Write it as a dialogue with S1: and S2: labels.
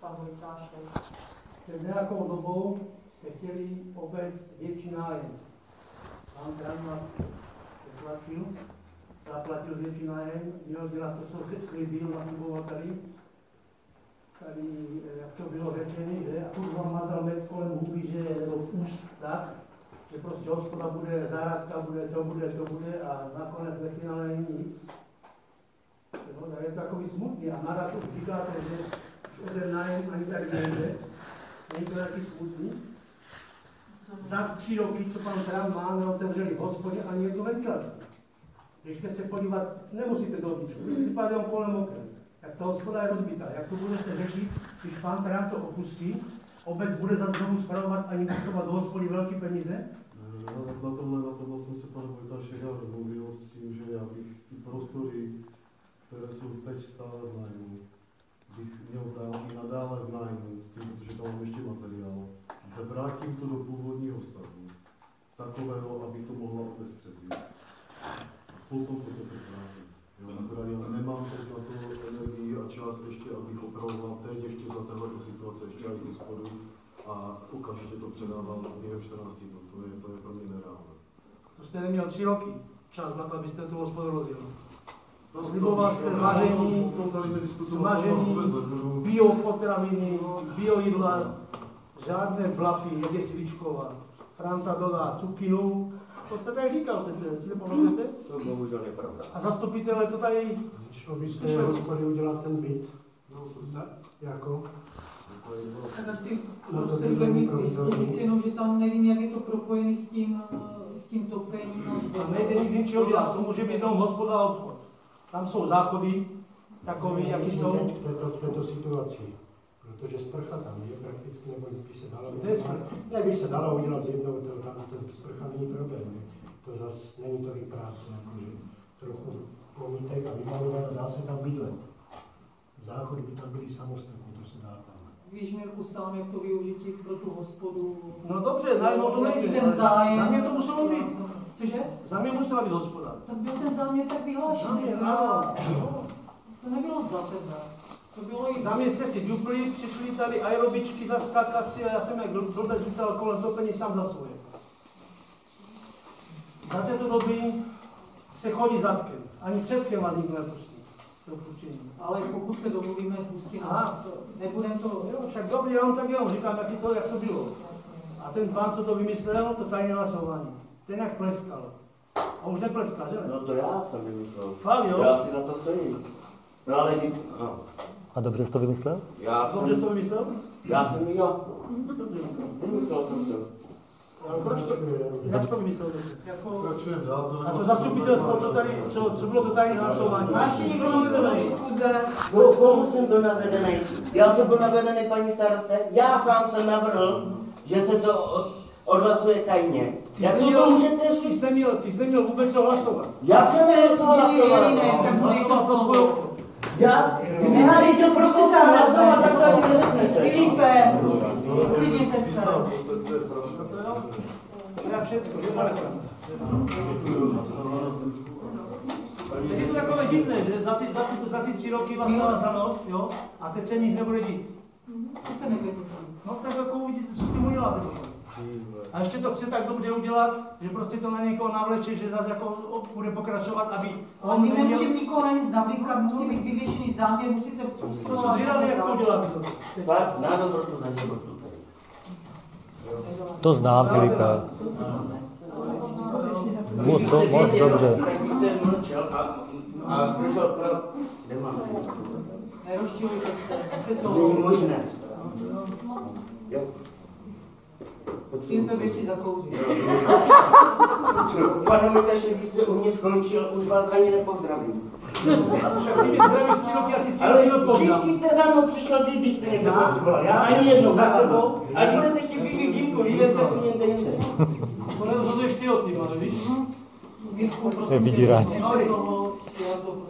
S1: Vojtášem, před nějakou dobou se chtěli obec větší nájem. Pan Kranvas zaplatil, zaplatil větší nájem, měl dělat to, co slíbil, nasliboval tady, tady, eh, jak to bylo řečeno, že a furt vám mazal med kolem huby, že nebo úst, tak, že prostě hospoda bude, zahradka bude, to bude, to bude a nakonec ve finále není nic. Jo, tak je to takový smutný a naraz už říkáte, že už o ten nájem ani tak nejde. Není to taky smutný. Za tři roky, co pan Trump má, neotevřeli v hospodě ani jednu ventilačku. Když jste se podívat, nemusíte do obličku, si pádem kolem okrem. Jak ta hospoda je rozbitá, jak to budete řešit, když pan Trump to opustí, obec bude za znovu spravovat ani potřebovat do hospody velké peníze?
S2: Na, na, tomhle, na tomhle jsem se pan Vojta Šeha domluvil s tím, že já bych ty prostory, které jsou teď stále v nájmu, bych měl dál i nadále v nájmu, s tím, protože tam mám ještě materiál. A vrátím to do původního stavu, takového, aby to mohla obec převzít. A potom to teprve vrátím. Jo, akorát já nemám teď na to energii a čas ještě, abych opravoval teď ještě za téhle situace, ještě až do spodu a okamžitě to předával během 14 dnů. To je, to je pro mě nereálné.
S1: To jste neměl tři roky čas na to, abyste tu hospodu rozjel.
S2: To
S1: Sliboval jste vaření,
S2: o tom tady nediskutovali,
S1: smažení,
S2: to vůbec nebudu.
S1: Bio potraviny, bio jídla, žádné blafy, jak je svíčková. Franta dodá cukinu, to jste tady říkal, teď si nepamatujete?
S3: To bohužel je pravda.
S1: A zastupitelé to tady
S4: Šlo by z té hospody udělat ten byt,
S2: No, to
S4: ne? jako,
S2: to je to.
S5: Tak až ty
S1: No,
S5: prostě prostory bude mít k dispozici, jenomže tam nevím, jak je to propojený s tím, eh, s tím topením. a s vodou.
S1: a nejde nic ničeho dělat, to může být jenom hospoda a obchod. Tam jsou záchody takový, jaký
S4: Myslím,
S1: jsou.
S4: teď v této, v této situaci, protože sprcha tam je prakticky, nebo by se dalo
S1: To je sprcha.
S4: udělat, ne, by se dalo udělat z jednoho, to, tam ten sprcha není problém, ne? to zase není tolik práce, jakože trochu pomítek a vymalovat, dá se tam bydlet. Záchody by tam byly samostatní, to se dá tam.
S5: V Jižmirku sám je to využití pro tu hospodu.
S1: No dobře, najednou to
S5: Jaký
S1: nejde.
S5: ten
S1: ale za-
S5: zájem? No,
S1: Za mě to muselo být.
S5: Cože?
S1: Za mě musela být hospoda.
S5: Tak byl ten záměr tak vyhlášený.
S1: Záměr,
S5: teda-
S1: ano.
S5: no, To nebylo za tebe. To bylo i za
S1: Zaměstně si dupli, přišli tady aerobičky za skakaci a já jsem jak bl- blbec lítal kolem topení sám za svoje. Za této doby se chodí zadkem. Ani předkem vás nikdo nepustí. Dopuštění.
S5: Ale pokud se domluvíme, pustí
S1: Aha.
S5: nás. to. Nebudem to...
S1: Jo, však dobrý, já vám tak jenom říkám, jak to, jak to bylo.
S5: Jasně.
S1: A ten pán, co to vymyslel, to tajné hlasování. Ten jak pleskal. A už nepleská, že?
S3: No to já jsem vymyslel.
S1: Fakt, jo?
S3: Já si na to stojím. No ale kdy... No.
S6: A dobře jsi to vymyslel?
S3: Já
S1: Dobře jsi
S3: jsem...
S1: to vymyslel?
S3: Já jsem jo. Vymyslel jsem to.
S1: Ale proč to, jak to vymyslel?
S5: Jako...
S2: Pokračujeme dál, to
S1: A to
S2: nemám-
S1: zastupitelstvo, co tady, co, co bylo to tajné hlasování?
S5: Máš ještě někdo něco do diskuze?
S3: Ko, koho jsem byl navedený? Já jsem byl navedený paní staroste. Já sám jsem navrhl, že se to od, odhlasuje tajně. Jak
S1: Jako
S3: to, to můžete
S1: Ty
S3: říct?
S1: jsi neměl, ty jsi neměl vůbec co hlasovat.
S3: Já jsem měl to
S5: Čili
S3: hlasovat.
S5: ne,
S3: no.
S5: tak mu dejte
S1: Hlasoval pro
S5: slovo.
S1: svou
S3: Já? Nehádej to prostě sám hlasovat, tak to ani neřeknete.
S5: Filipe,
S2: To je-
S5: uklidněte se.
S2: to- to je pravda.
S1: Já všechno, že Marka. Je to takové divné, že za ty, za ty, za ty tři roky vás dala za nos, jo? A teď se nic nebude dít.
S5: Co se nevěděl?
S1: No tak jako uvidíte, co s tím uděláte. A ještě to chce tak dobře udělat, že prostě to na někoho navleče, že zase jako o- bude pokračovat, aby
S5: Ale my
S1: on neměl...
S5: nemůžeme nikoho na nic nablinkat, musí být vyvěšený záměr, musí se
S1: To jsou zvědavé, jak to udělat.
S3: Tak, na dobrotu, na dobrotu.
S6: To znám, Filipe. Moc, do, moc dobře.
S3: Tak byste mlčel a, a přišel pro... Nemám.
S5: Nerozčilujte se, jste
S3: To
S5: to.
S3: není možné. Jo.
S5: Filipe, běž si zakouřit.
S3: Pane Mojtaši, vy jste u mě skončil, už vás ani nepozdravím.
S1: Však ty mě zdravíš tři roky a ty
S3: Ale
S1: si odpovídám.
S3: vždycky jste za mnou přišel vy, když jste někdo potřeboval. Já ani jednou za tebou. A budete chtít být výjimku, vy jste si někde jinde.
S1: To nerozhoduješ ty o tým, ale víš?
S5: Mirku, prosím
S6: Je vydírání.
S5: tě, nehoj toho, já to prosím